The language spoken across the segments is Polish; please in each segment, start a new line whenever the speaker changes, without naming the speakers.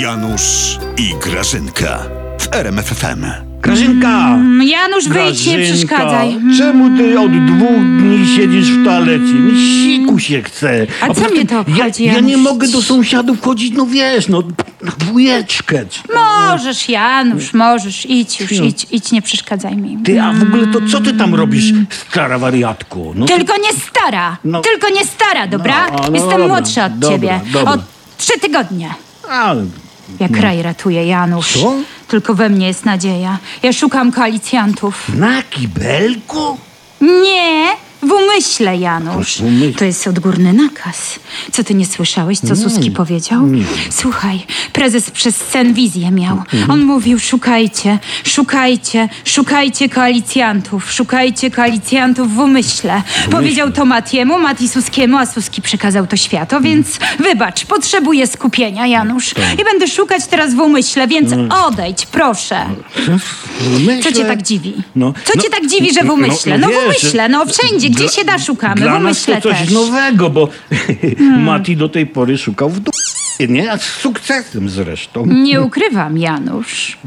Janusz i Grażynka w RMFFM.
Grażynka!
Mm, Janusz, wyjdź, nie
Grażynka,
przeszkadzaj.
Czemu ty od dwóch dni siedzisz w toalecie? Mi siku się chce.
A co
poza
mnie
tym
to obchodzi,
Ja, ja nie
Janusz?
mogę do sąsiadów chodzić, no wiesz, no na wujeczkę. czy-
No. Możesz, Janusz, możesz. Idź już, idź, idź, nie przeszkadzaj mi.
Ty, a w ogóle to co ty tam robisz, stara wariatku? No,
Tylko nie stara,
No.
tylko nie stara, dobra?
No, no,
Jestem
dobra,
młodsza od
dobra,
ciebie.
dobra.
O trzy tygodnie.
a,
Ja kraj ratuję, Janusz.
Co?
Tylko we mnie jest nadzieja. Ja szukam koalicjantów.
na kibelku?
Nie, w umyśle, Janusz.
W umyśle.
To jest odgórny nakaz. Co ty nie słyszałeś, co Suski powiedział? Słuchaj, prezes przez sen wizję miał. On mówił, szukajcie, szukajcie, szukajcie koalicjantów, szukajcie koalicjantów w umyśle. Powiedział to Matiemu, Mati Suskiemu, a Suski przekazał to światu, więc wybacz, potrzebuję skupienia, Janusz. I będę szukać teraz w umyśle, więc odejdź, proszę.
Myślę,
Co cię tak dziwi?
No,
Co
no,
cię tak dziwi, że w
no,
umyśle?
no
No, w
wiesz,
umyśle, no wszędzie, gdzie
dla-
się da szukamy, w
Dla nas
umyśle
to coś
też. Hmm.
nowego, bo Mati do tej pory szukał w dupie, nie? A z sukcesem zresztą.
Nie ukrywam, Janusz,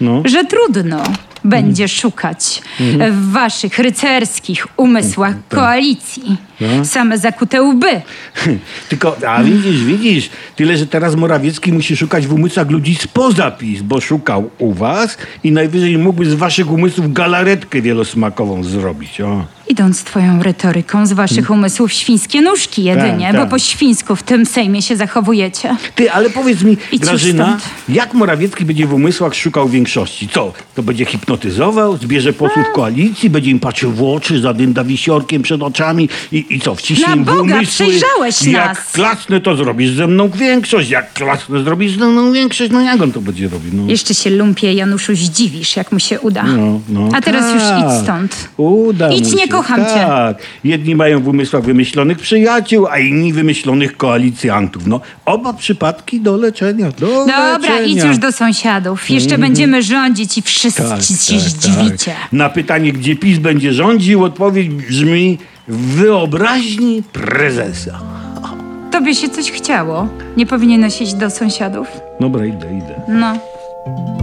No. Mhm.
że trudno będzie szukać w waszych rycerskich umysłach koalicji.
No.
Same zakute łby. Hmm.
Tylko, a widzisz, widzisz, tyle, że teraz Morawiecki musi szukać w umysłach ludzi spoza PiS, bo szukał u was i najwyżej mógłby z waszych umysłów galaretkę wielosmakową zrobić. O.
Idąc twoją retoryką, z waszych umysłów świńskie nóżki jedynie,
Mhm. Tak, tak.
bo po świńsku w tym Sejmie się zachowujecie.
Ty, ale powiedz mi,
Idź już
Grażyna,
stąd.
jak Morawiecki będzie w umysłach szukał większości? Co, to będzie hipnotyzował, zbierze posłów
No.
koalicji, będzie im patrzył w oczy, zadynda wisiorkiem przed oczami i, i co, wciśnie
Na
im w
Boga,
umysły?
przejrzałeś
jak
nas.
klasnę, to zrobisz ze mną większość, jak klasnę zrobisz ze mną większość, no jak on to będzie robił? No.
Jeszcze się lumpie, Januszu, zdziwisz, jak mu się uda.
No, no.
A teraz już
Tak.
idź stąd.
Uda
Idź,
mu się.
nie kocham cię.
Tak. Jedni mają w umysłach wymyślonych przyjaciół, a inni wymyślonych koalicjantów. No, oba przypadki do leczenia. Do
Dobra,
leczenia.
idź już do sąsiadów. Jeszcze będziemy rządzić i wszyscy
Tak,
się
tak,
zdziwicie.
tak. Na pytanie, gdzie PiS będzie rządził, odpowiedź brzmi w wyobraźni prezesa.
Tobie się coś chciało. Nie powinieneś iść do sąsiadów.
Dobra, idę, idę.
No.